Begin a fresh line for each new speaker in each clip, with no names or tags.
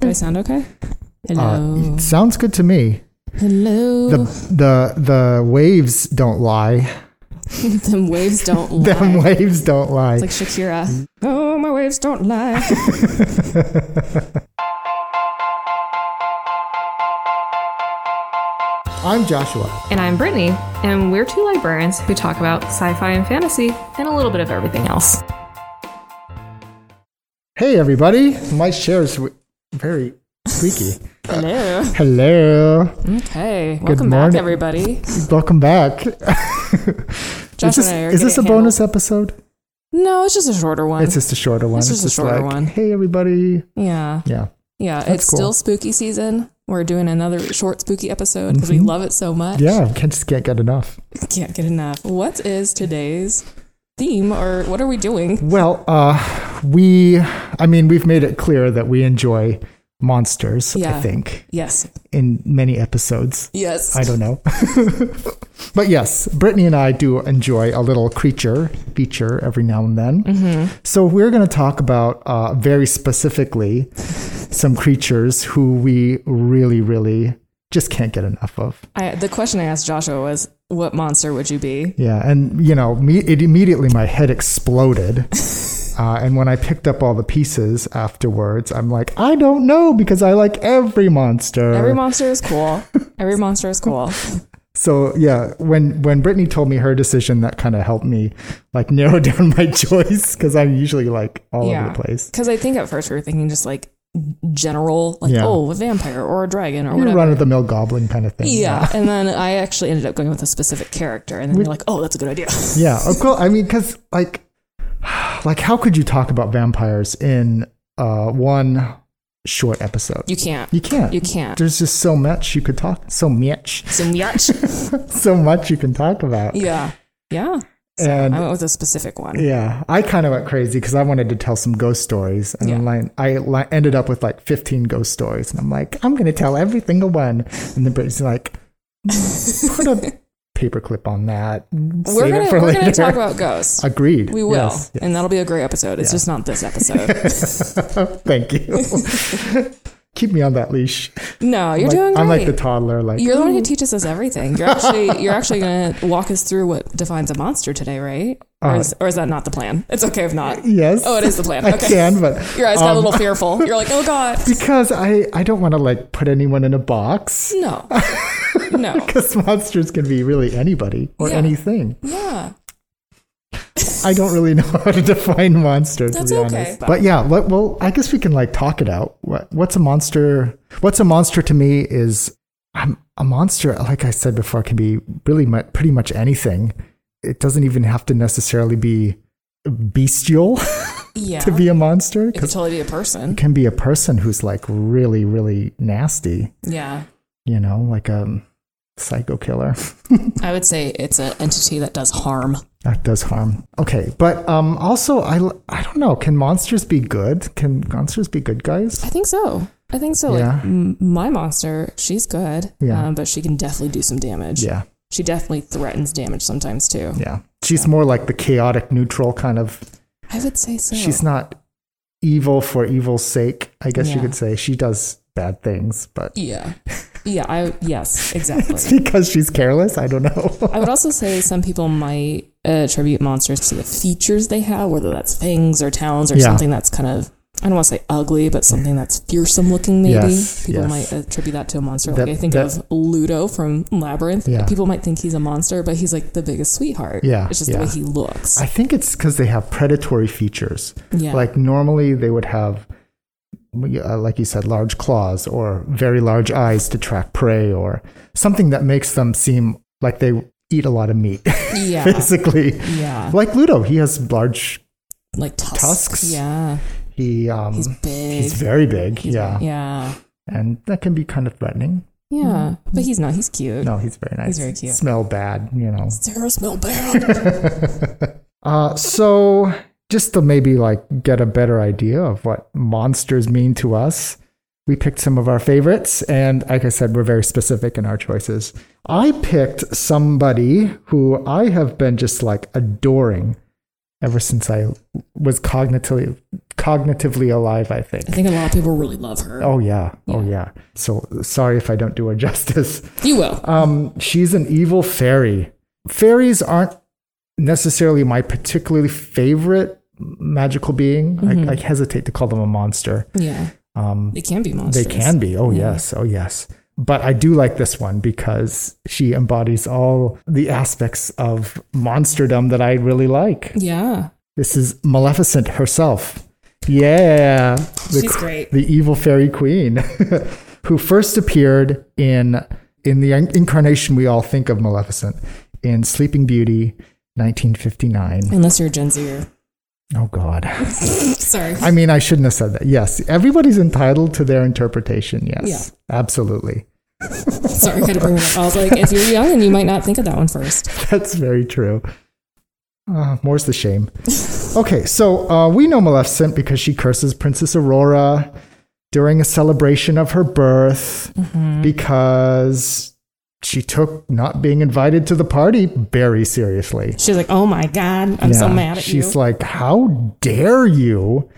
Do I sound okay? Hello.
Uh, it sounds good to me.
Hello.
The the the waves don't lie.
Them waves don't lie.
Them waves don't lie.
It's like Shakira. Oh, my waves don't lie.
I'm Joshua.
And I'm Brittany, and we're two librarians who talk about sci fi and fantasy and a little bit of everything else.
Hey everybody. My share is w- very squeaky.
Hello.
Hello.
Okay. Welcome back,
morning.
everybody.
Welcome back. is
Josh
this,
and I are
is this a
getting
bonus episode?
No, it's just a shorter one.
It's just a shorter one.
It's just a
just
shorter
like,
one.
Hey everybody.
yeah.
Yeah.
Yeah.
That's
it's
cool.
still spooky season. We're doing another short spooky episode because we love it so much.
Mm-hmm. Yeah, I just can't get enough.
Can't get enough. What is today's theme or what are we doing?
Well, uh, we, I mean, we've made it clear that we enjoy monsters, I
Yeah.
think,
Yes.
in many episodes.
Yes.
I don't know. but yes, Brittany and I do enjoy a little creature feature every now and then. So we're going to talk about uh, very specifically some creatures who we really, really just can't get enough of.
I, the question I asked Joshua was, what monster would you be?
Yeah, and you know, me, it immediately my head exploded. Uh, and when I picked up all the pieces afterwards, I'm like, I don't know because I like every monster.
Every monster is cool. Every monster is cool.
so yeah, when when Brittany told me her decision, that kind of helped me like narrow down my choice because I'm usually like all over the place.
Because I think at first we were thinking just like general, like,
Yeah.
oh, a vampire or a dragon or
You're
whatever.
run of the mill goblin kind of thing.
Yeah. And then I actually ended up going with a specific character. And then you're like, oh, that's a good idea.
Yeah, of course. I mean, because like, like how could you talk about vampires in uh, one short episode?
You can't.
You can't.
You can't.
There's just so much you could talk. So much.
So much.
So much you can talk about.
yeah. Yeah.
And
I went with a specific one.
yeah, I kind of went crazy because I wanted to tell some ghost stories, and
Yeah.
I'm like, I li- ended up with like 15 ghost stories, and I'm like, I'm gonna tell every single one, and then Brittany's like, put a paperclip on that.
We're
Save
gonna,
it for
we're
later.
gonna talk about ghosts.
Agreed.
We will,
Yes.
and that'll be a great episode. It's just not this episode.
Thank you. Keep me on that leash.
No, you're
Like,
doing great.
I'm like the toddler. Like
You're the one who teaches us everything. You're actually you're actually going to walk us through what defines a monster today, right? Or is, or is that not the plan? It's okay if not.
yes.
Oh, it is the plan.
I
Okay.
can, but
Your eyes got a little fearful. You're like, oh god,
because I, I don't want to like put anyone in a box
no, no,
because monsters can be really anybody or
Yeah.
anything.
yeah,
I don't really know how to define monster to
That's
be
okay.
honest. But yeah, let, well, I guess we can like talk it out. What, what's a monster? What's a monster to me is I'm, a monster. Like I said before, can be really mu- pretty much anything. It doesn't even have to necessarily be bestial
yeah.
to be a monster.
it
'cause
could totally be a person.
it can be a person who's like really, really nasty.
Yeah,
You know, like a psycho killer.
I would say it's an entity that does harm.
That does harm. Okay, but um, also I I don't know. Can monsters be good? Can monsters be good guys?
I think so. I think so.
Yeah.
Like m- my monster, she's good.
Yeah.
um, but she can definitely do some damage.
Yeah,
she definitely threatens damage sometimes too.
yeah. She's more like the chaotic neutral kind of.
I would say so.
She's not evil for evil's sake. I guess you
Yeah.
could say she does bad things, but
Yeah. Yeah, I yes,
it's
exactly.
because she's careless. I don't know.
I would also say some people might attribute monsters to the features they have, whether that's things or towns or
Yeah.
something that's kind of I don't want to say ugly, but something that's fearsome looking maybe.
Yes,
people
yes.
might attribute that to a monster.
That-
like I think
that-
of Ludo from Labyrinth.
Yeah.
People might think he's a monster, but he's like the biggest sweetheart.
Yeah,
It's just
yeah.
the way he looks.
I think it's because they have predatory features.
yeah.
Like normally they would have, uh, like you said, large claws or very large eyes to track prey or something that makes them seem like they eat a lot of meat,
yeah.
basically.
Yeah.
Like Ludo, he has large.
Like tusks.
Tusks?
Yeah.
He um,
He's
he's,
big.
very big, yeah,
Yeah.
and that can be kind of threatening.
Yeah. But he's not. He's cute.
No, he's very nice.
He's very cute.
Smell bad, you know.
Sarah smell bad.
Uh, so just to maybe like get a better idea of what monsters mean to us, we picked some of our favorites, and like I said, we're very specific in our choices. I picked somebody who I have been just like adoring ever since I was cognitively cognitively alive, I think.
I think a lot of people really love her.
Oh yeah. Oh yeah. So sorry if I don't do her justice.
You will.
Um, she's an evil fairy. Fairies aren't necessarily my particularly favorite magical being.
Mm-hmm.
I, I hesitate to call them a monster.
yeah. Um, they can be monsters.
They can be. Oh, yes. Oh, yes. But I do like this one because she embodies all the aspects of monsterdom that I really like.
Yeah.
This is Maleficent herself. Yeah. The,
She's great.
The evil fairy queen who first appeared in in the incarnation we all think of Maleficent in Sleeping Beauty 1959.
Unless you're a Gen Zer.
Oh god.
Sorry.
I mean, I shouldn't have said that. Yes, everybody's entitled to their interpretation. Yes, absolutely.
Sorry, I had to bring it up. I was like, if you're young and you might not think of that one first.
That's very true. Uh, more's the shame. Okay, so uh, we know Maleficent because she curses Princess Aurora during a celebration of her birth
Mm-hmm.
because she took not being invited to the party very seriously.
She's like, oh my God, I'm so
Yeah,
mad at
she's
you.
like, how dare you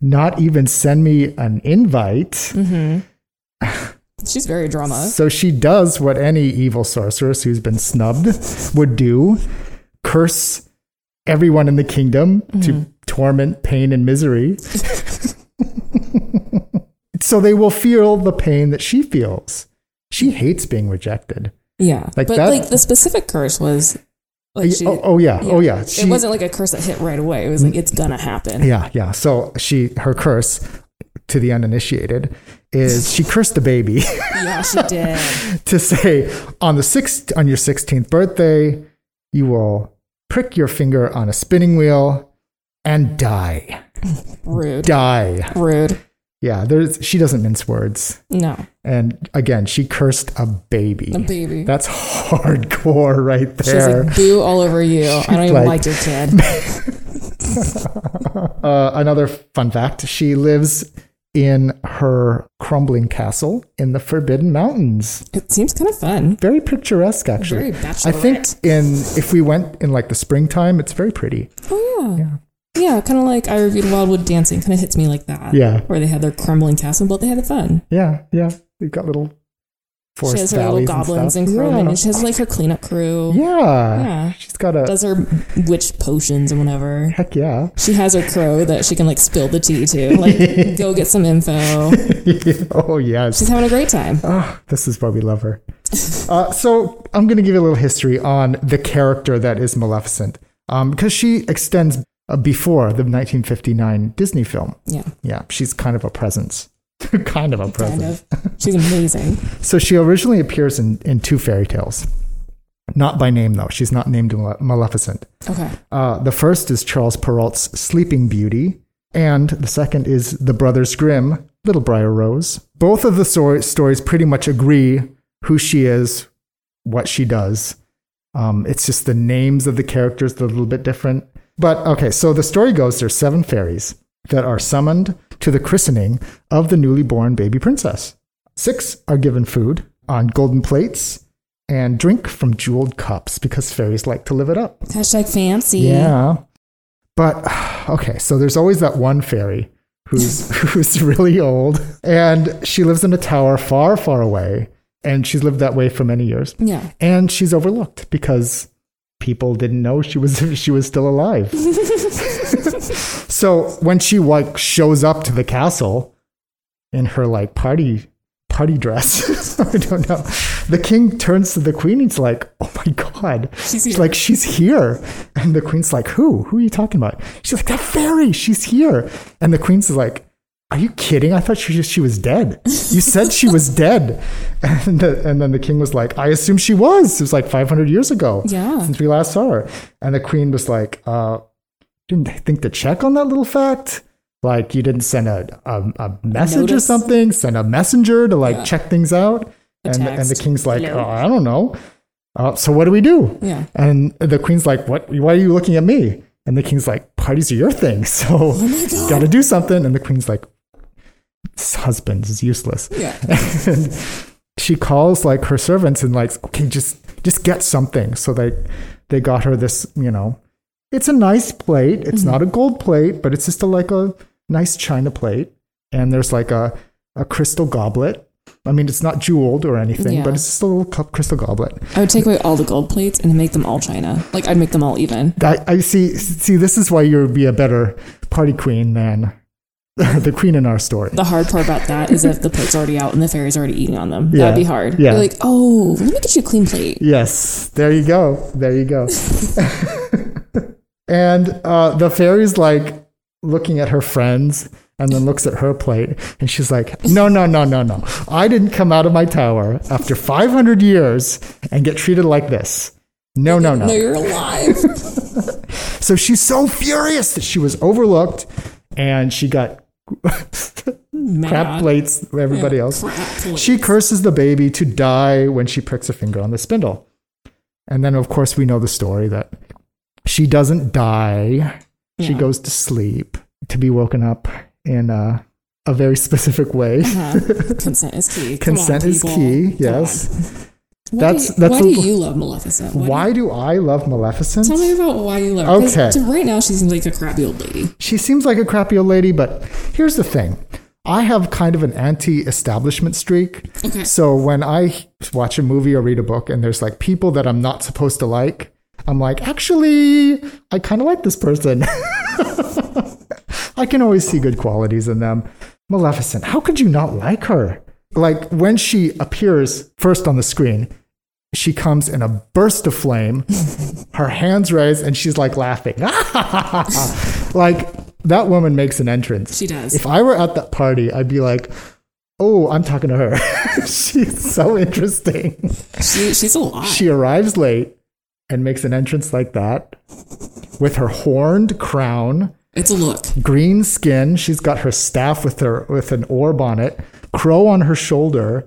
not even send me an invite?
Mm-hmm. She's very drama.
So she does what any evil sorceress who's been snubbed would do curse everyone in the kingdom
Mm-hmm.
to torment, pain, and misery. so they will feel the pain that she feels. She hates being rejected.
Yeah.
Like
but
that-
like the specific curse was like she,
oh, oh, yeah. Oh, yeah.
it
She-
wasn't like a curse that hit right away. It was like it's gonna happen.
Yeah, yeah. So she, her curse to the uninitiated is she cursed the baby.
Yeah, Oh, she did.
to say on the sixth on your sixteenth birthday, you will prick your finger on a spinning wheel and die.
Rude.
Die.
Rude.
Yeah, there's she doesn't mince words.
No.
And again, she cursed a baby.
A baby.
That's hardcore right
She was
there.
like, boo all over you. I don't even
like-
like, your kid.
uh, another fun fact: she lives in her crumbling castle in the Forbidden Mountains.
It seems kind of fun.
Very picturesque, actually.
Very
I think
bachelorette.
in if we went in like the springtime, it's very pretty.
Oh, yeah. Yeah, kind of like I reviewed Wildwood Dancing. Kind of hits me like that.
Yeah.
Where they had their crumbling castle, but they had fun.
Yeah, yeah. They've got little forest
She has her little
valleys
goblins and,
stuff.
crewmen, and she has like her cleanup crew.
yeah. yeah.
Yeah.
She's got a
Does her witch potions and whatever.
heck yeah.
She has her crow that she can like spill the tea to. Like, go get some info.
oh yes.
She's having a great time.
Ah, this is why we love her. Uh, so I'm going to give you a little history on the character that is Maleficent, um, because she extends uh, before the 1959 Disney film.
Yeah,
Yeah, she's kind of a presence. kind of a presence.
kind of. She's amazing.
So she originally appears in, in two fairy tales. Not by name, though. She's not named Male- Maleficent.
Okay.
Uh, the first is Charles Perrault's Sleeping Beauty, and the second is the Brothers Grimm, Little Briar Rose. Both of the sor- stories pretty much agree who she is, what she does. Um, it's just the names of the characters that are a little bit different. But okay, so the story goes there's seven fairies that are summoned to the christening of the newly born baby princess. Six are given food on golden plates and drink from jeweled cups because fairies like to live it up.
Hashtag fancy.
Yeah. But okay, so there's always that one fairy who's who's really old and she lives in a tower far, far away and she's lived that way for many years
Yeah.
and she's overlooked because people didn't know she was she was still alive. so when she like shows up to the castle in her like party party dress, I don't know. The king turns to the queen. He's like, "Oh my god!"
She's
She's
here.
like, "She's here," and the queen's like, "Who? Who are you talking about?" She's like, "That fairy. She's here." And the queen's like, "Are you kidding? I thought she just, she was dead. You said she was dead." And, the, and then the king was like, "I assume she was. It was like 500 years ago
Yeah.
since we last saw her. And the queen was like, uh, didn't think to check on that little fact. Like you didn't send a, a, a message or
Notice.
something, send a messenger to like check things out. and, and the
text.
king's like,
Hello.
oh, I don't know. Uh, so what do we do?
Yeah.
And the queen's like, what? Why are you looking at me? And the king's like, parties are your thing. So
my God.
gotta do something. And the queen's like, this husband is useless
Yeah.
and she calls like her servants and like okay just just get something so they they got her this you know It's a nice plate. It's not a gold plate, but it's just a, like a nice china plate. And there's like a, a crystal goblet. I mean, it's not jeweled or anything,
Yeah.
but it's just a little cup, crystal goblet.
I would take away all the gold plates and make them all china. Like I'd make them all even.
I, I see. See, this is why you would be a better party queen than the queen in our story.
The hard part about that is if the plate's already out and the fairy's already eating on them.
Yeah.
That'd be hard.
Yeah.
You're like, oh, let me get you a clean plate.
Yes, there you go. There you go. and uh, the fairy's like looking at her friends and then looks at her plate and she's like, no, no, no, no, no. I didn't come out of my tower after 500 years and get treated like this. No, no, no.
No, you're alive.
So she's so furious that she was overlooked and she got crap
Mad.
plates for everybody
Uh-huh. Yeah,
else.
crap plates.
She curses the baby to die when she pricks a finger on the spindle. And then, of course, we know the story that she doesn't die. She
Yeah.
goes to sleep to be woken up in a, a very specific way.
Uh-huh. Consent is key. Come on,
Consent is
people.
key.
Come on.
Yes.
Why
That's-
do you,
that's
why
a-
do you love Maleficent? Why?
Why do I love Maleficent?
Tell me about why you love her. 'Cause
Okay.
to- Right now, she seems like a crappy old lady.
She seems like a crappy old lady, but here's the thing. I have kind of an anti-establishment streak.
Okay.
So when I watch a movie or read a book and there's like people that I'm not supposed to like, I'm like, actually, I kind of like this person. I can always see good qualities in them. Maleficent, how could you not like her? Like when she appears first on the screen, she comes in a burst of flame, her hands raised, and she's like laughing. like that woman makes an entrance.
She does.
If I were at that party, I'd be like, oh, I'm talking to her. she's so interesting.
She, she's a lot.
She arrives late and makes an entrance like that with her horned crown
it's a look.
green skin. She's got her staff with her with an orb on it, crow on her shoulder.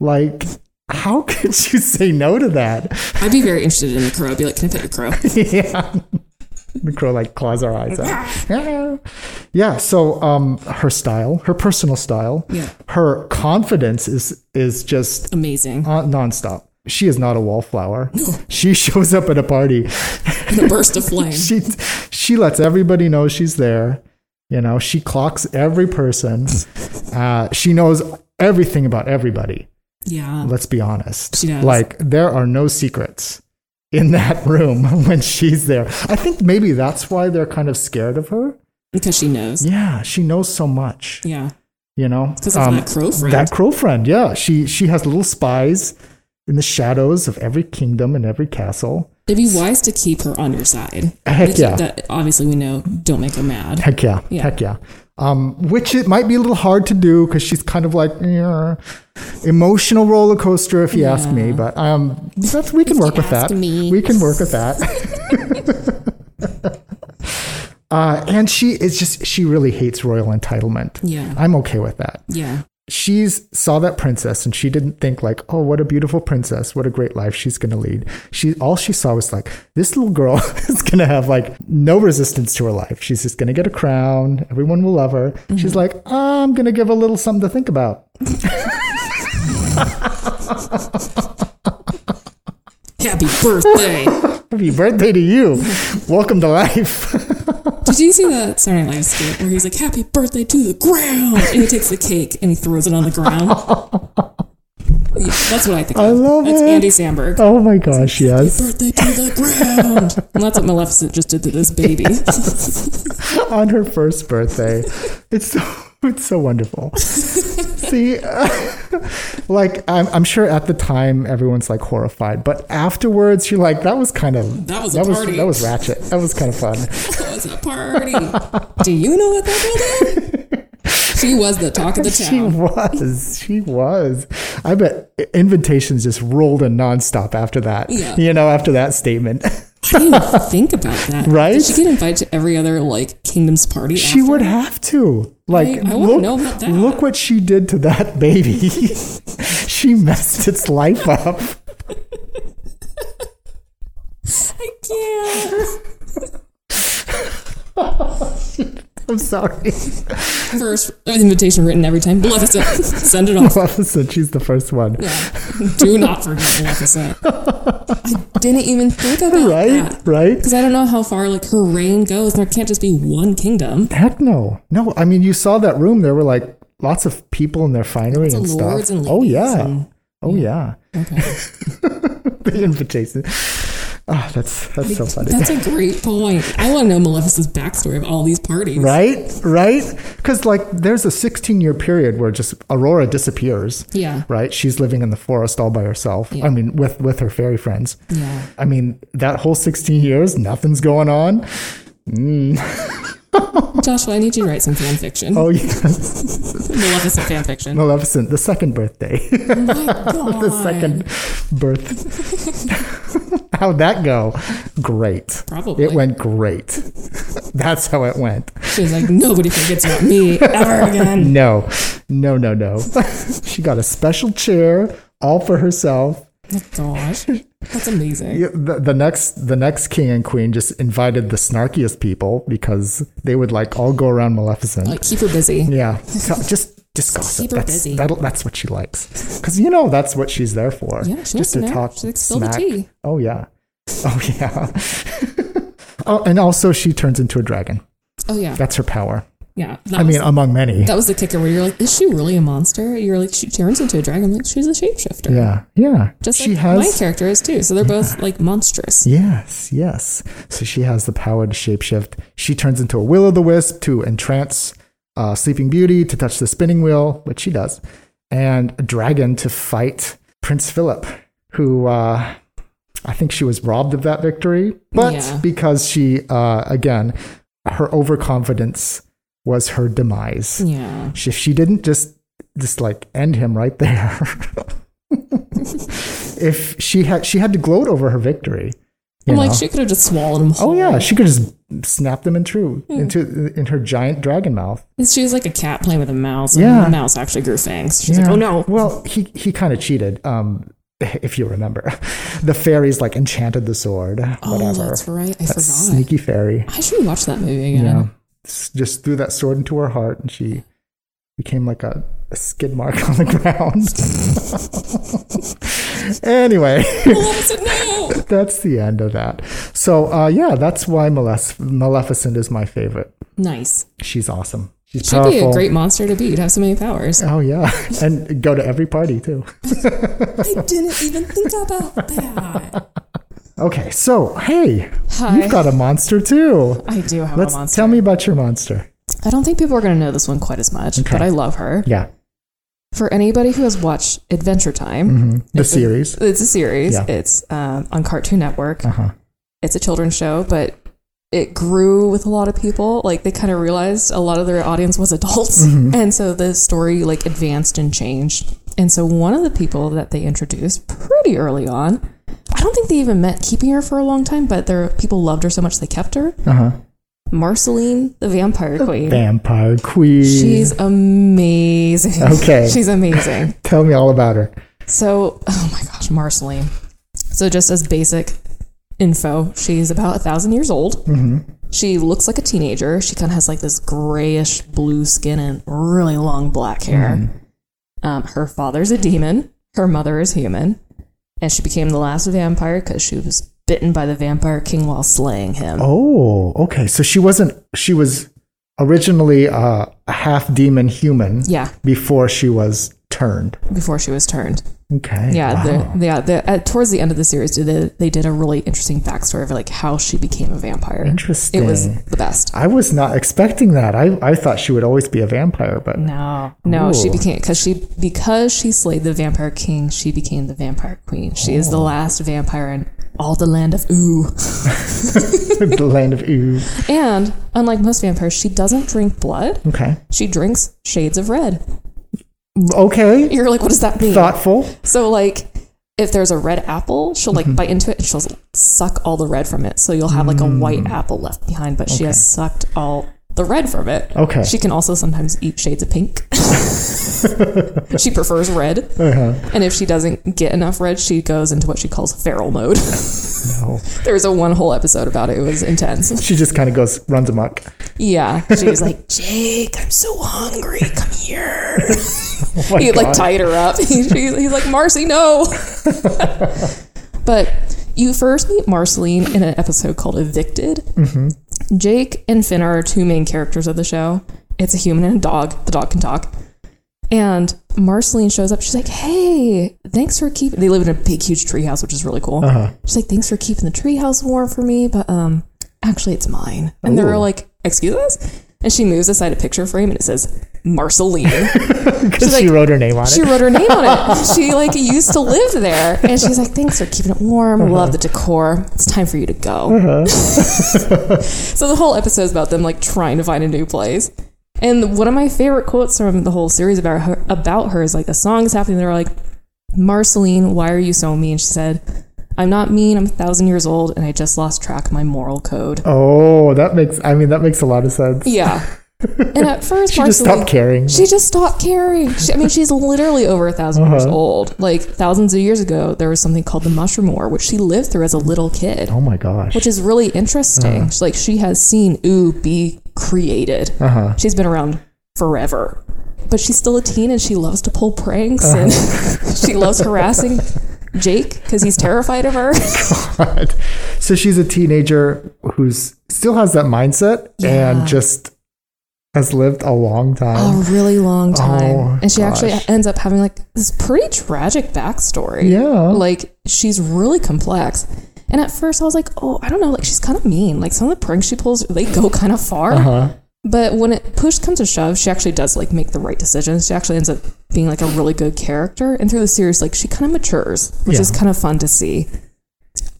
Like, how could you say no to that?
I'd be very interested in a crow. I'd be like, can I pet your crow?
yeah. The crow like claws her eyes out. yeah. So um her style, her personal style,
Yeah.
her confidence is is just
Amazing.
uh, nonstop. She is not a wallflower. She shows up at a party
In a burst of flame.
she she lets everybody know she's there. You know, she clocks every person. Uh, she knows everything about everybody.
Yeah.
Let's be honest.
She does.
Like there are no secrets in that room when she's there. I think maybe that's why they're kind of scared of her.
Because she knows.
Yeah, she knows so much.
Yeah.
You know,
Because of that crow friend.
Um, that crow friend. Yeah, she she has little spies in the shadows of every kingdom and every castle.
It'd be wise to keep her on your side.
Heck
Because
yeah.
That, obviously, we know don't make her mad.
Heck yeah.
Yeah.
Heck yeah. Um, which it might be a little hard to do because she's kind of like "Yeah." emotional roller coaster, if you ask me. But um, that's, we can work with that.
ask me.
We can work with that. uh, and she is just she really hates royal entitlement.
Yeah.
I'm okay with that.
Yeah.
She's saw that princess and she didn't think like, oh, what a beautiful princess, what a great life she's gonna lead. She all she saw was like, this little girl is gonna have like no resistance to her life. She's just gonna get a crown, everyone will love her. She's like, I'm gonna give a little something to think about.
Happy birthday.
Happy birthday to you. Welcome to life.
Did you see that Saturday Night Live skit where he's like, "Happy birthday to the ground," and he takes the cake and he throws it on the ground? Yeah, that's what I think. I
love
That's
it.
Andy Samberg.
oh my gosh, yes.
Birthday to the ground. and that's what Maleficent just did to this baby.
on her first birthday. It's so it's so wonderful. See, like I'm, I'm sure at the time everyone's like horrified, but afterwards you're like, that was kind of
That was a
that was
party.
that was ratchet. That was kind of fun.
that was a party. Do you know what that girl did? She was the talk of the
She
town.
was, she was. I bet invitations just rolled in nonstop after that.
Yeah.
You know, after that statement,
I didn't even think about that.
Right?
Did she get invited to every other like kingdom's party?
she
after?
would have to. Like,
I wanna
look,
know about that.
look what she did to that baby. she messed its life up.
I can't.
I'm sorry.
First invitation written every time. Maleficent, send it off.
Maleficent, she's the first one.
Yeah. Do not forget Maleficent. I didn't even think about
Right?
that.
Right?
Because I don't know how far like her reign goes. There can't just be one kingdom.
Heck no. No, I mean, you saw that room. There were like lots of people in their finery
Lots
and
of
stuff.
lords and
oh,
ladies
yeah.
and-
oh, yeah.
Okay.
the invitation. Ah, that's that's so funny.
That's a great point. I want to know Maleficent's backstory of all these parties.
Right, right. Because like, there's a 16 year period where just Aurora disappears.
Yeah.
Right, she's living in the forest all by herself. I mean, with with her fairy friends.
Yeah.
I mean, that whole 16 years, nothing's going on.
Joshua, I need you to write some fan fiction.
Oh yes,
Maleficent fan fiction.
Maleficent, the second birthday, the second birth. How'd that go? Great.
Probably.
it went great. That's how it went.
She's like, nobody forgets about me ever again.
No, no, no, no. she got a special chair all for herself.
Oh, gosh. That's amazing.
Yeah, The, the next, the next king and queen just invited the snarkiest people because they would like all go around Maleficent.
Like, keep her busy.
yeah, So just just gossip.
Keep her
That's
busy.
that'll- that's what she likes because you know that's what she's there for.
Yeah, she wants
just
to
to
know.
talk
She likes to spill the
smack.
tea.
Oh yeah, oh yeah. oh, and also she turns into a dragon.
Oh, yeah.
That's her power.
Yeah. That
I
was,
mean, among many.
that was the kicker where you're like, is she really a monster? You're like, she turns into a dragon. Like, she's a shapeshifter.
Yeah, yeah.
Just like my character is too. So they're both like monstrous.
Yes, yes. So she has the power to shapeshift. She turns into a will o' the wisp to entrance uh, Sleeping Beauty to touch the spinning wheel, which she does, and a dragon to fight Prince Philip, who uh, I think she was robbed of that victory, but
Yeah.
because she, uh, again, her overconfidence was her demise.
Yeah.
She- If she didn't just just like end him right there. if she had she had to gloat over her victory. you
I'm like,
know?
she could have just swallowed him whole.
Oh yeah, she could just snap them in true
Hmm.
into in her giant dragon mouth.
And She was like a cat playing with a mouse. And
Yeah.
The mouse actually grew fangs. She's like,
Yeah.
oh no.
Well, he he kind of cheated. Um, if you remember, the fairies like enchanted the sword.
Oh,
whatever.
that's right. I
That
forgot.
sneaky fairy.
I should watch that movie again.
Yeah. S- Just threw that sword into her heart, and she became like a, a skid mark on the ground. anyway.
Maleficent, no!
That's the end of that. So, uh, yeah, that's why Malef- Maleficent is my favorite.
Nice.
She's awesome. She's
She'd
powerful.
be a great monster to beat. Have so many powers.
Oh yeah, and go to every party too.
I didn't even think about that.
Okay, so hey,
Hi.
you've got a monster too.
I do have
Let's
a monster.
tell me about your monster.
I don't think people are going to know this one quite as much, but I love her.
Yeah,
For anybody who has watched Adventure Time,
the series.
it's a series.
Mm-hmm. Yeah.
It's um, on Cartoon Network.
Uh-huh.
It's a children's show, but it grew with a lot of people. Like they kind of realized a lot of their audience was adults,
Mm-hmm.
and so the story like advanced and changed. And so one of the people that they introduced pretty early on, I don't think they even meant keeping her for a long time, but their people loved her so much they kept her.
Uh-huh.
Marceline, the vampire queen.
Vampire Queen.
She's amazing.
Okay.
She's amazing.
Tell me all about her.
So, oh my gosh, Marceline. So, just as basic info, she's about a thousand years old. Mm-hmm. She looks like a teenager. She kind of has like this grayish blue skin and really long black hair.
Mm-hmm.
Um, her father's a demon. Her mother is human, and she became the last vampire because she was bitten by the vampire king while slaying him.
Oh, okay. So she wasn't. She was originally uh, a half demon human
Yeah,
before she was turned.
before she was turned.
Okay.
Yeah,
Wow.
the, yeah. The, at, towards the end of the series, they they did a really interesting backstory of like how she became a vampire.
Interesting.
It was the best.
I was not expecting that. I, I thought she would always be a vampire, but
No, no, she
Ooh.
became because she because she slayed the vampire king. She became the vampire queen. She is the last vampire in all the land of ooh.
the land of ooze.
And unlike most vampires, she doesn't drink blood.
Okay.
She drinks shades of red.
Okay.
You're like, what does that mean?
Thoughtful.
So like, if there's a red apple, she'll like bite into it and she'll suck all the red from it. So you'll have like a white apple left behind, but she has sucked all the red from it.
Okay.
She can also sometimes eat shades of pink. she prefers red. And if she doesn't get enough red, she goes into what she calls feral mode.
No.
there was a one whole episode about it. It was intense.
She just kind of goes, runs amok.
Yeah. She was like, Jake, I'm so hungry. Come here.
Oh my
he like
God.
tied her up. He's, he's like, Marcy, no. but you first meet Marceline in an episode called Evicted.
Mm-hmm.
Jake and Finn are our two main characters of the show. It's a human and a dog. The dog can talk. And Marceline shows up. She's like, "Hey, thanks for keeping." They live in a big, huge treehouse, which is really cool.
Uh-huh.
She's like, "Thanks for keeping the treehouse warm for me, but um, actually, it's mine." And they're all like, "Excuse us." And she moves aside a picture frame, and it says Marceline.
Because
like-
she wrote her name on
She
it.
wrote her name on it. She like used to live there, and she's like, "Thanks for keeping it warm.
Uh-huh.
Love the decor. It's time for you to go." so the whole episode's about them like trying to find a new place. And one of my favorite quotes from the whole series about her about her is like a song's happening. They're like, "Marceline, why are you so mean?" She said, "I'm not mean. I'm a thousand years old, and I just lost track of my moral code."
Oh, that makes, I mean, that makes a lot of sense.
Yeah. And at first,
She just
Marceline-
stopped caring.
She just stopped caring. She, I mean, she's literally over a 1000 years
Uh-huh.
old. Like thousands of years ago, there was something called the Mushroom War, which she lived through as a little kid,
Oh my gosh.
which is really interesting.
Uh-huh.
She's like she has seen ooh be created.
Uh-huh.
She's been around forever, but she's still a teen and she loves to pull pranks
Uh-huh.
and she loves harassing Jake because he's terrified of her.
Uh-huh. God. So she's a teenager who's still has that mindset
Yeah. Oh,
and just has lived a long time.
a really long time.
Oh,
and she actually
gosh.
ends up having like this pretty tragic backstory.
Yeah.
Like she's really complex. And at first I was like, oh, I don't know, like she's kind of mean. Like some of the pranks she pulls, they go kind of far.
Uh-huh.
But when it push comes to shove, she actually does like make the right decisions. She actually ends up being like a really good character. And through the series, like she kind of matures, which
Yeah.
is kind of fun to see.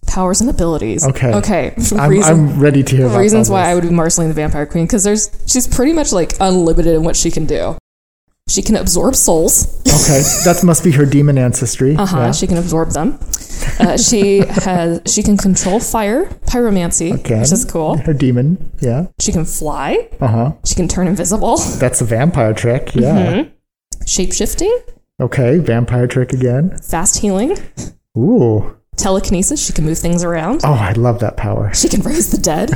Powers and abilities.
Okay.
Okay.
I'm,
Reason-
I'm ready to hear about
reasons
all
why I
this.
would be Marceline the Vampire Queen because there's she's pretty much like unlimited in what she can do. She can absorb souls.
okay, that must be her demon ancestry.
Uh huh.
Yeah.
She can absorb them. Uh, she has she can control fire, pyromancy,
Again,
which is cool.
Her demon. Yeah.
She can fly.
Uh huh.
She can turn invisible.
That's a vampire trick. Yeah.
Mm-hmm. Shape shifting,
Okay, vampire trick again.
fast healing,
Ooh.
telekinesis. She can move things around.
Oh, I love that power.
She can raise the dead.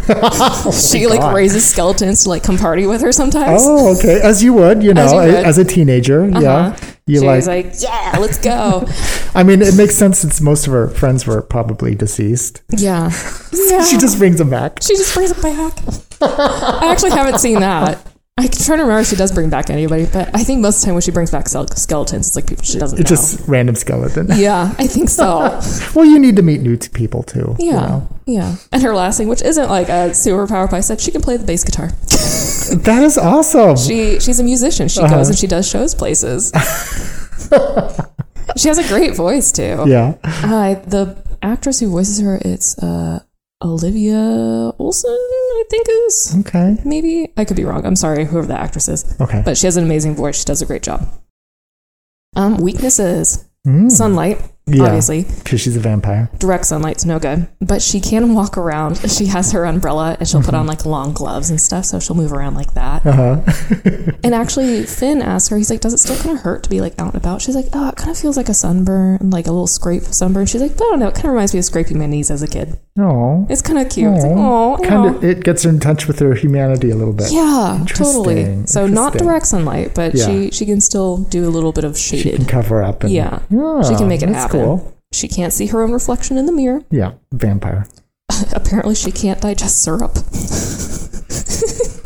she like
Oh God.
raises skeletons to like come party with her sometimes.
Oh, okay. As you would, you know,
As
as,
you would.
as a teenager.
Uh-huh.
Yeah. You
She's
like,
like, yeah, let's go.
I mean, it makes sense since most of her friends were probably deceased.
yeah. yeah.
She just brings them back.
She just brings it back. I actually haven't seen that. I can try to remember if she does bring back anybody, but I think most of the time when she brings back skele- skeletons, it's like people she doesn't
It's
know.
just random skeleton.
yeah, I think so.
Well, you need to meet new t- people too. you
Yeah,
know.
yeah. And her last thing, which isn't like a superpower, but I said she can play the bass guitar.
Uh-huh. That is awesome.
She she's a musician.
Uh-huh.
She goes and she does shows places. she has a great voice too.
yeah.
Uh, the actress who voices her, it's uh, Olivia Olson, I think is
Okay.
maybe I could be wrong. I'm sorry, whoever the actress is.
Okay.
but she has an amazing voice. She does a great job. Um, weaknesses:
Mm.
sunlight,
Yeah.
obviously.
Because she's a vampire.
Direct sunlight's no good, but she can walk around. She has her umbrella and she'll put
Mm-hmm.
on like long gloves and stuff, so she'll move around like that.
Uh huh.
And actually, Finn asked her, he's like, Does it still kind of hurt to be like out and about? She's like, Oh, it kind of feels like a sunburn, like a little scrape sunburn. She's like, I don't know, it kind of reminds me of scraping my knees as a kid.
No.
It's kind of cute. It's like, Oh,
kind of. It gets her in touch with her humanity a little bit.
yeah, totally.
Interesting,
So, not
interesting.
direct sunlight, but
Yeah.
she, she can still do a little bit of
She
shaded.
can cover up. And,
Yeah. She can make it
that's
happen.
Cool.
She can't see her own reflection in the mirror.
Yeah. Vampire.
Apparently, she can't digest syrup.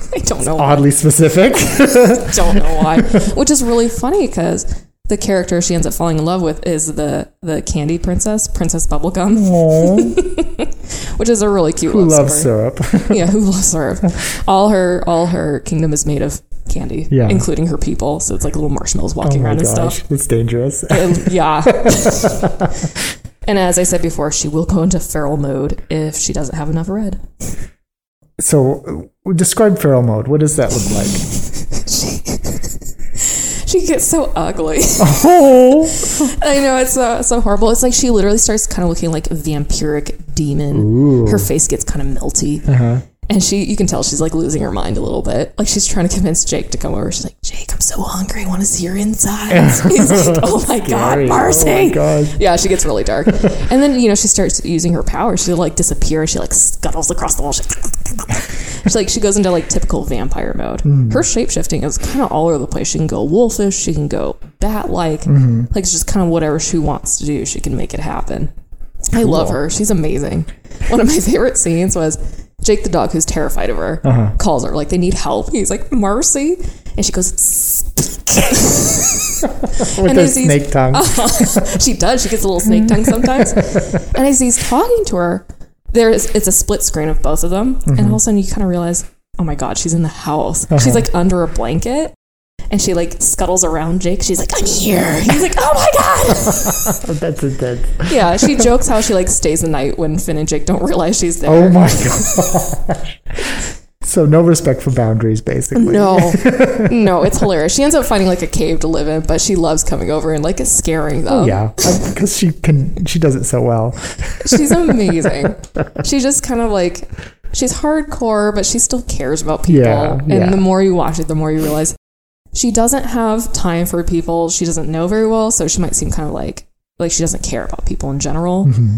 I don't know.
Oddly specific.
I don't know why. Which is really funny because the character she ends up falling in love with is the the candy princess, Princess Bubblegum,
Aw,
which is a really cute
who
love
loves
story.
syrup?
Yeah, who loves syrup? All her all her kingdom is made of candy,
Yeah.
including her people. So it's like little marshmallows
oh
walking
my
around and stuff.
gosh, it's dangerous.
And- yeah. and as I said before, she will go into feral mode if she doesn't have enough red.
So, uh, describe feral mode. What does that look like?
she she gets so ugly.
oh,
I know it's so so horrible. It's like she literally starts kind of looking like a vampiric demon. Her face gets kind of melty. And she, you can tell she's like losing her mind a little bit. Like she's trying to convince Jake to come over. She's like, Jake, I'm so hungry. I want to see your insides. He's like, oh my
Scary.
God, Marcy.
Oh my God.
Yeah, she gets really dark. and then, you know, she starts using her power. She'll like disappear. She like scuttles across the wall. She, she's like, she goes into like typical vampire mode. Her shape shifting is kind of all over the place. She can go wolfish. She can go bat like. Like it's just kind of whatever she wants to do. She can make it happen. I love her. She's amazing. One of my favorite scenes was Jake the dog, who's terrified of her, calls her like they need help. He's like Marcy, and she goes. "Speak."
with
And
the
there's these-
snake tongue.
she does. She gets a little snake
Mm.
tongue sometimes. and as he's talking to her, there is it's a split screen of both of them,
Mm-hmm.
and all of a sudden you kind of realize, oh my god, she's in the house.
Uh-huh.
She's like under a blanket. And she like scuttles around Jake. She's like, "I'm here." He's like, "Oh my god!"
That's intense.
yeah, she jokes how she like stays the night when Finn and Jake don't realize she's there.
Oh my gosh. so no respect for boundaries, basically.
No, no, it's hilarious. She ends up finding like a cave to live in, but she loves coming over and like is scaring them.
Yeah, because she can. She does it so well.
She's amazing. she just kind of like she's hardcore, but she still cares about people.
Yeah,
and
yeah.
the more you watch it, the more you realize she doesn't have time for people she doesn't know very well. So she might seem kind of like like she doesn't care about people in general.
Mm-hmm.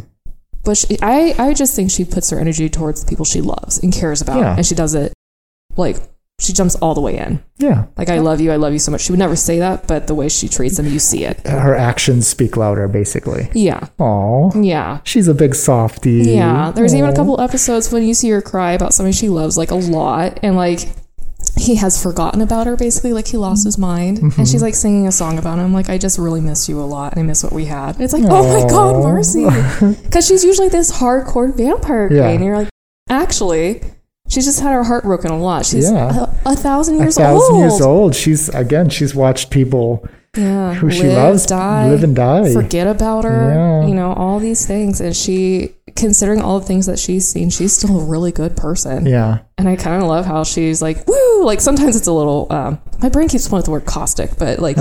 But she, I I just think she puts her energy towards the people she loves and cares about,
Yeah.
and she does it like she jumps all the way in.
Yeah,
Like I love you, I love you so much. She would never say that, but the way she treats them, you see it.
her actions speak louder, basically.
Yeah,
Aw,
yeah.
she's a big softie.
Yeah, there's even a
Aw.
couple episodes when you see her cry about somebody she loves like a lot, and like he has forgotten about her basically, like he lost his mind, and
Mm-hmm.
she's like singing a song about him, like I just really miss you a lot, and I miss what we had. And it's like, oh my god, Marcy, because she's usually this hardcore vampire queen,
Yeah.
and you're like, actually, she's just had her heart broken a lot. She's
Yeah.
a, a thousand
A
years
thousand
old.
years old. She's again. She's watched people
Yeah,
who she loves live and die.
forget about her,
Yeah.
you know, all these things. And she, considering all the things that she's seen, she's still a really good person.
Yeah.
And I kind of love how she's like, woo! Like sometimes it's a little, um, my brain keeps wanting the word caustic, but like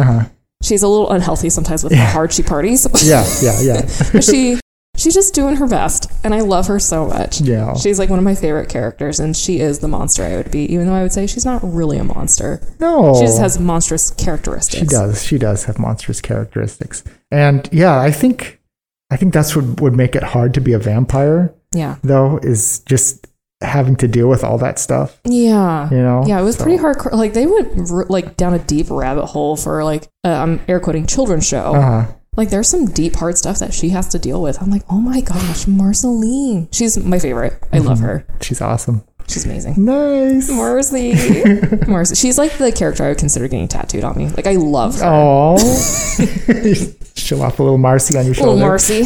she's a little unhealthy sometimes with how hard she parties.
Uh-huh. Yeah. Yeah. Yeah.
But she, she's just doing her best. And I love her so much.
Yeah.
She's like one of my favorite characters, and she is the monster I would be, even though I would say she's not really a monster.
No.
She just has monstrous
Oh.
characteristics.
She does. She does have monstrous characteristics. And yeah, I think I think that's what would make it hard to be a vampire
Yeah.
though is just having to deal with all that stuff.
Yeah.
You know?
Yeah, it was pretty hardcore. Like they went r- like down a deep rabbit hole for like uh, I'm air quoting children's show.
Uh,
Like there's some deep hard stuff that she has to deal with. I'm like, oh my gosh, Marceline. She's my favorite. I love her.
she's awesome.
She's amazing.
Nice.
Marcy, Marcy. She's like the character I would consider getting tattooed on me. Like I love her.
Oh. Show off a little Marcy on your shoulder.
Little Marcy,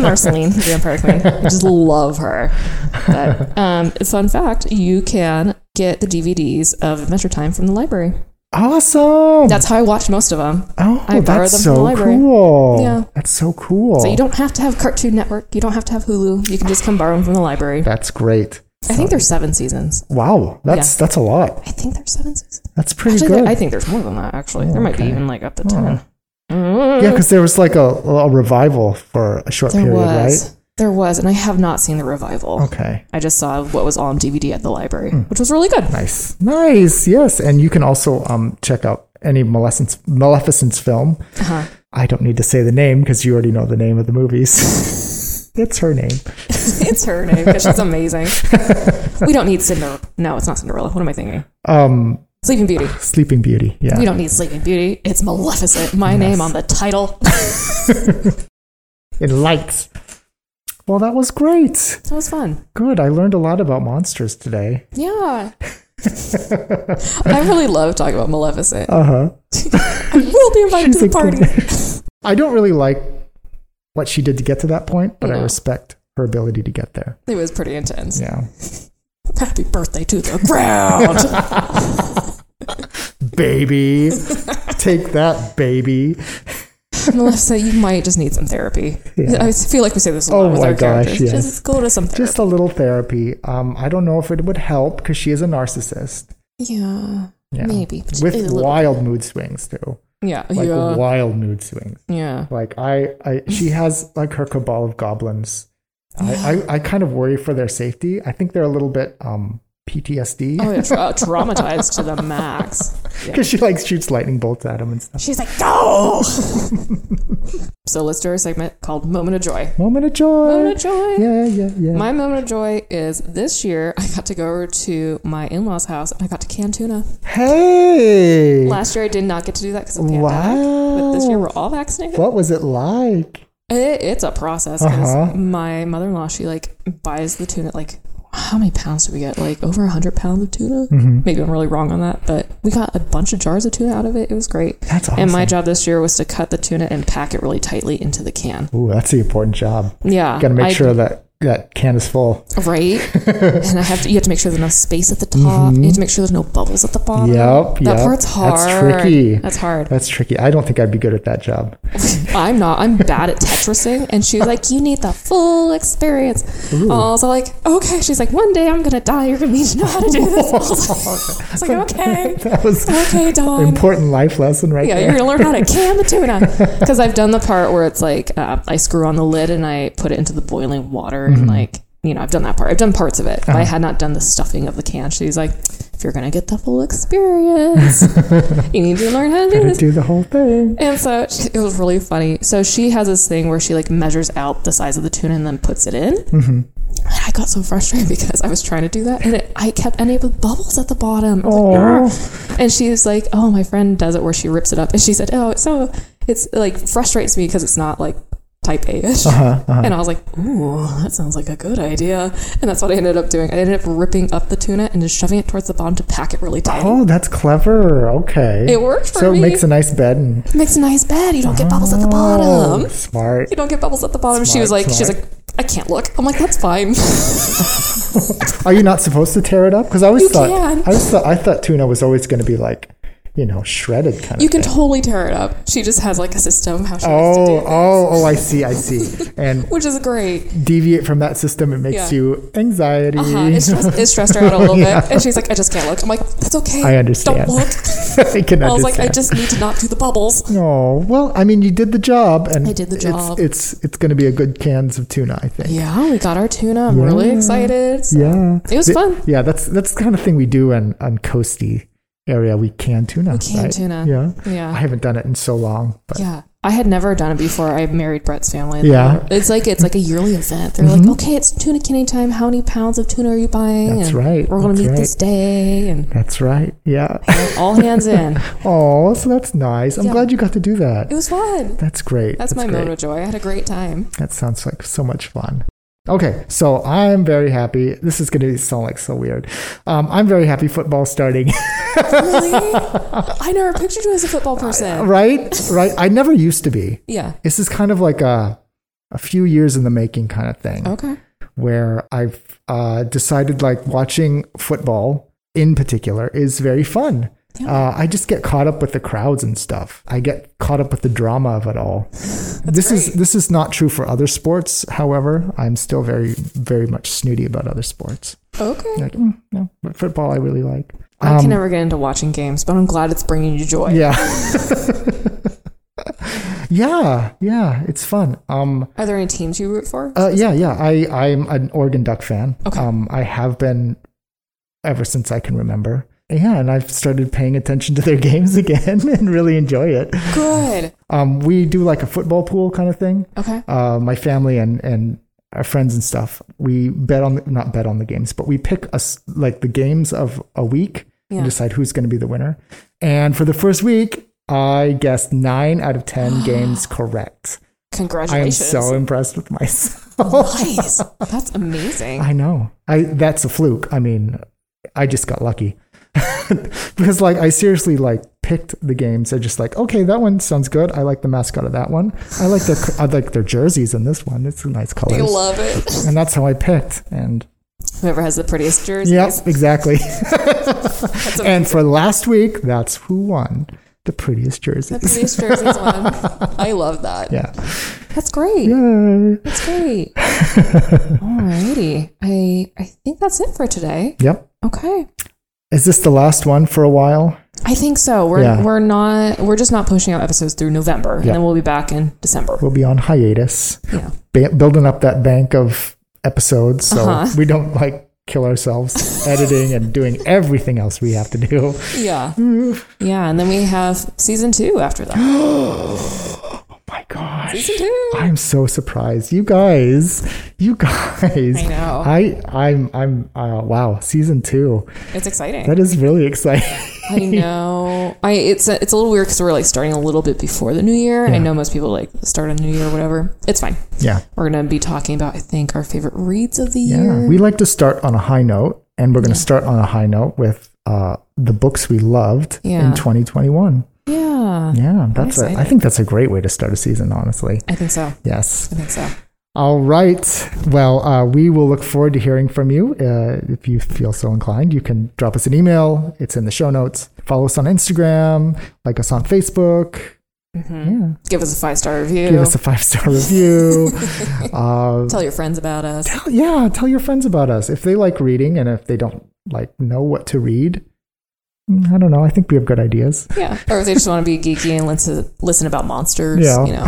Marceline, vampire queen. I just love her. But um, fun fact: you can get the DVDs of Adventure Time from the library.
Awesome.
That's how I watched most of them.
oh,
I borrowed
that's
them from the
so
library.
cool.
Yeah.
That's so cool.
So you don't have to have Cartoon Network. You don't have to have Hulu. You can just come borrow them from the library.
that's great.
I think there's seven seasons.
Wow. That's that's a lot.
I think there's seven seasons.
That's pretty
Actually,
good.
there- I think there's more than that. Actually, there might be even like up to ten. Mm,
Yeah, because there was like a, a revival for a short
There
period,
was, there was, and I have not seen the revival.
right? Okay. Hmm.
I just saw what was on DVD at the library, which was really good.
Nice, nice. Yes, and you can also um, check out any Maleficent's, Maleficent's film. I don't need to say the name because you already know the name of the movies. it's her name.
it's her name because she's amazing. we don't need Cinderella. No, it's not Cinderella. What am I thinking?
Um,
Sleeping Beauty.
Sleeping Beauty. Yeah.
We don't need Sleeping Beauty. It's Maleficent. My name on the title.
In lights. Well, that was great.
that was fun.
Good. I learned a lot about monsters today.
Yeah. I really love talking about Maleficent.
Uh huh.
We'll be invited
She's
to
a
the party.
I don't really like what she did to get to that point, but I
No.
respect her ability to get there.
It was pretty intense.
Yeah.
Happy birthday to the ground.
baby. Take that, baby.
Melissa, you might just need some therapy.
Yeah.
I feel like we say this a lot
Oh
with
my
our
gosh,
characters.
yes.
Just go to some therapy.
Just a little therapy. Um, I don't know if it would help because she is a narcissist
yeah,
Yeah.
Maybe. but just a
with
little-
wild mood swings too.
yeah.
Like
yeah.
wild mood swings.
yeah.
Like I, I, she has like her cabal of goblins I, I, I kind of worry for their safety. I think they're a little bit um, PTSD
Oh, yeah, tra- traumatized to the max. Yeah.
because she like shoots lightning bolts at them and stuff.
She's like, go! so let's do our segment called Moment of Joy.
Moment of joy.
Moment of joy.
Yeah, yeah, yeah.
My moment of joy is this year I got to go over to my in law's house and I got to can tuna.
hey,
Last year I did not get to do that because of the pandemic. But this year
wow.
we're all vaccinated.
What was it like?
It, it's a process because
Uh-huh.
my mother in law, she like buys the tuna. Like, how many pounds did we get? Like over 100 pounds of tuna?
Mm-hmm.
Maybe I'm really wrong on that, but we got a bunch of jars of tuna out of it. It was great.
That's awesome.
And my job this year was to cut the tuna and pack it really tightly into the can.
Ooh, that's the important job.
Yeah.
Got to make
Oh, I-
sure that that can is full.
Right? and I have to, you have to make sure there's enough space at the top. You have to make sure there's no bubbles at the bottom.
Yep,
That
yep.
part's hard.
Mm-hmm. That's tricky.
That's hard.
That's tricky. I don't think I'd be good at that job.
I'm not. I'm bad at Tetrising. And she was like, You need the full experience. I was like, Okay. She's like, One day I'm going to die. You're going to need to know how to do this. I was like, Okay.
That was
Okay, Dawn.
important life lesson right
Oh, Yeah,
there.
you're gonna learn how to can the tuna because I've done the part where it's like uh, I screw on the lid and I put it into the boiling water
Mm-hmm.
and like you know I've done that part. I've done parts of it, but I
Uh-huh.
had not done the stuffing of the can. She's like, if you're gonna get the full experience, you need to learn how to do
Gotta
this.
do the whole thing.
And so she- it was really funny. So she has this thing where she like measures out the size of the tuna and then puts it in. Mm-hmm. And I got so frustrated because I was trying to do that and it, I kept ending up with bubbles at the bottom. I was like,
Oh,
and she was like, "Oh, my friend does it where she rips it up." And she said, "Oh, it's so it's like frustrates me because it's not like type A ish."
Uh-huh,
And I was like, "Ooh, that sounds like a good idea." And that's what I ended up doing. I ended up ripping up the tuna and just shoving it towards the bottom to pack it really tight.
oh, that's clever. Okay,
It worked for
so
me.
it makes a nice bed and
Makes a nice bed. You don't get bubbles at the
oh,
bottom.
smart.
You don't get bubbles at the bottom. she was
Smart,
like, she was
smart.
like, I can't look. I'm like, that's fine.
Are you not supposed to tear it up? Because I always
You
thought
can.
I always thought I thought tuna was always going to be like, you know, shredded kind
You
of.
can totally tear it up. She just has like a system how she likes to do
Oh,
it,
oh, oh! I see, I see. And
which is great.
deviate from that system, it makes
Yeah.
you anxiety.
Uh-huh. It, stressed, it stressed her out a little bit, and she's like, "I just can't look." I'm like, "That's okay.
I understand.
Don't look."
I can
I was like, "I
understand.
just need to not do the bubbles."
Oh well, I mean, you did the job, and
I did the job.
It's it's, it's going to be a good cans of tuna, I think.
Yeah, we got our tuna. I'm really excited. So
Yeah,
it was
The-
fun.
Yeah, that's that's the kind of thing we do in on coasty area. We can tuna. We
can tuna.
Yeah,
Yeah.
I haven't done it in so long, but
Yeah, I had never done it before. I married Brett's family.
Yeah.
it's like it's like a yearly event. They're like, "Okay, it's tuna canning time. How many pounds of tuna are you buying?"
That's
And
right.
We're going
That's
to meet
right.
this day, and
that's right. Yeah.
all hands in.
Oh, so that's nice. I'm
Yeah.
glad you got to do that.
It was fun.
That's great.
That's, my
great.
moment of joy. I had a great time.
That sounds like so much fun. Okay, so I'm very happy. This is going to sound like so weird. Um, I'm very happy football starting.
Really, I never pictured you as a football person.
right, right. I never used to be.
Yeah.
This is kind of like a a few years in the making kind of thing.
Okay.
where I've uh, decided like watching football in particular is very fun. Uh, I just get caught up with the crowds and stuff. I get caught up with the drama of it all. this is
great.
this is not true for other sports. However, I'm still very very much snooty about other sports.
Okay.
Like mm, no, but football I really like. Um,
I can never get into watching games, but I'm glad it's bringing you joy.
Yeah. yeah, yeah, it's fun. Um,
Are there any teams you root for?
Uh, yeah, yeah. I, I'm an Oregon Duck fan.
Okay.
Um, I have been ever since I can remember. Yeah, and I've started paying attention to their games again and really enjoy it.
Good.
Um, we do like a football pool kind of thing.
Okay.
Uh, my family and, and our friends and stuff. We bet on the, not bet on the games, but we pick us like the games of a week
Yeah.
and decide who's going to be the winner. And for the first week, I guessed nine out of ten games correct. I am
Congratulations.
so impressed with myself.
nice. That's amazing.
I know. I that's a fluke. I mean, I just got lucky. because like I seriously like picked the games. I just like, okay, that one sounds good. I like the mascot of that one. I like their I like their jerseys in this one. It's a nice
I
colors.
love it.
and that's how I picked. And
Whoever has the prettiest jerseys.
yep, exactly.
That's a,
and for last week, that's who won the prettiest jersey.
the prettiest jerseys one. I love that.
Yeah.
That's great.
Yay.
That's great. Alrighty. I I think that's it for today.
Yep.
Okay.
Is this the last one for a while?
I think so. We're
Yeah.
we're not we're just not pushing out episodes through November, and
Yeah.
then we'll be back in December.
We'll be on hiatus,
Yeah.
ba- building up that bank of episodes, so
Uh-huh.
we don't like kill ourselves editing and doing everything else we have to do.
Yeah.
Mm.
yeah. And then we have season two after that.
Oh My gosh.
season two.
I'm so surprised. You guys, you guys.
I know.
I I'm I'm uh, wow, season 2.
It's exciting.
That is really exciting.
I know. I it's a, it's a little weird because we're like starting a little bit before the new year. I know most people like start a new year or whatever. It's fine.
yeah.
We're gonna be talking about I think our favorite reads of the
Yeah,
year.
we like to start on a high note, and we're going to start on a high note with uh, the books we loved
Yeah.
in 2021.
Yeah.
Yeah, that's a, I
excited.
think that's a great way to start a season, honestly.
I think so.
Yes.
I think so.
All right. Well, uh, we will look forward to hearing from you. Uh, if you feel so inclined, you can drop us an email. It's in the show notes. Follow us on Instagram, like us on Facebook. Yeah.
Give us a five star review.
Give us a five star review. uh,
Tell your friends about us.
yeah, tell your friends about us if they like reading and if they don't like know what to read. mm, I don't know. I think we have good ideas.
Yeah. Or if they just want to be geeky and listen listen about monsters.
Yeah.
You know.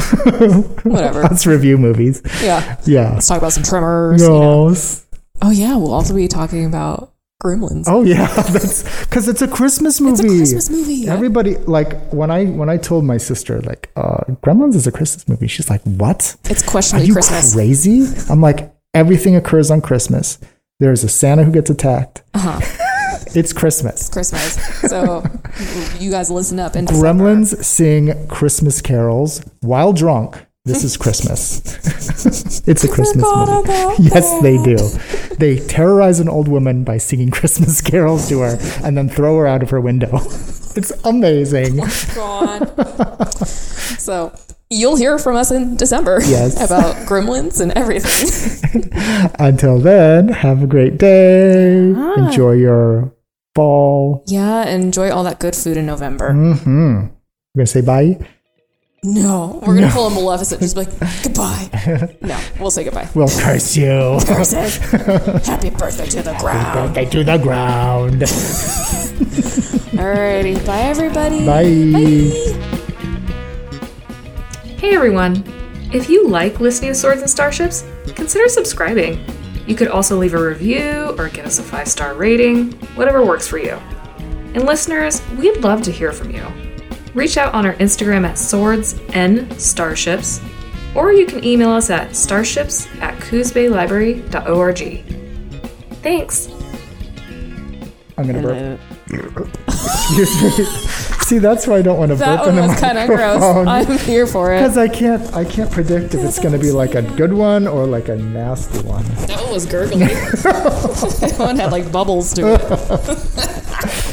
Whatever.
Let's review movies.
Yeah.
Yeah.
Let's talk about some tremors. You know.
Yes.
Oh yeah. We'll also be talking about Gremlins.
Oh yeah, that's because it's a Christmas movie.
it's a Christmas movie.
Everybody like when I when I told my sister like uh, Gremlins is a Christmas movie. She's like, "What?
it's
Are
questionably
you
Christmas.
crazy?" I'm like, "Everything occurs on Christmas. There's a Santa who gets attacked.
Uh-huh.
It's Christmas.
Christmas. So you guys listen up and
Gremlins sing Christmas carols while drunk. This is Christmas. it's a Christmas
Forgot
movie.
about
Yes, they
that.
do. They terrorize an old woman by singing Christmas carols to her and then throw her out of her window. It's amazing.
God. so you'll hear from us in December
Yes.
about gremlins and everything.
Until then, have a great day.
Ah.
Enjoy your fall.
Yeah, enjoy all that good food in November.
Mm-hmm. We're going to say bye.
No, we're gonna pull a Maleficent, just be like goodbye. no, we'll say goodbye.
We'll curse you.
Curses. Happy birthday to the ground.
Birthday to the ground.
Alrighty, bye everybody.
Bye.
Hey everyone! If you like listening to Swords and Starships, consider subscribing. You could also leave a review or give us a five star rating, whatever works for you. And listeners, we'd love to hear from you. Reach out on our Instagram at swordsnstarships, or you can email us at starships at coosbaylibrary.org. Thanks!
I'm going to burp.
Hello.
See, that's why I don't want to
That
burp in
one
the
was kind of gross. I'm here for it.
Because I can't, I can't predict if it's going to be like a good one or like a nasty one.
That one was gurgly. that one had like bubbles to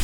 it.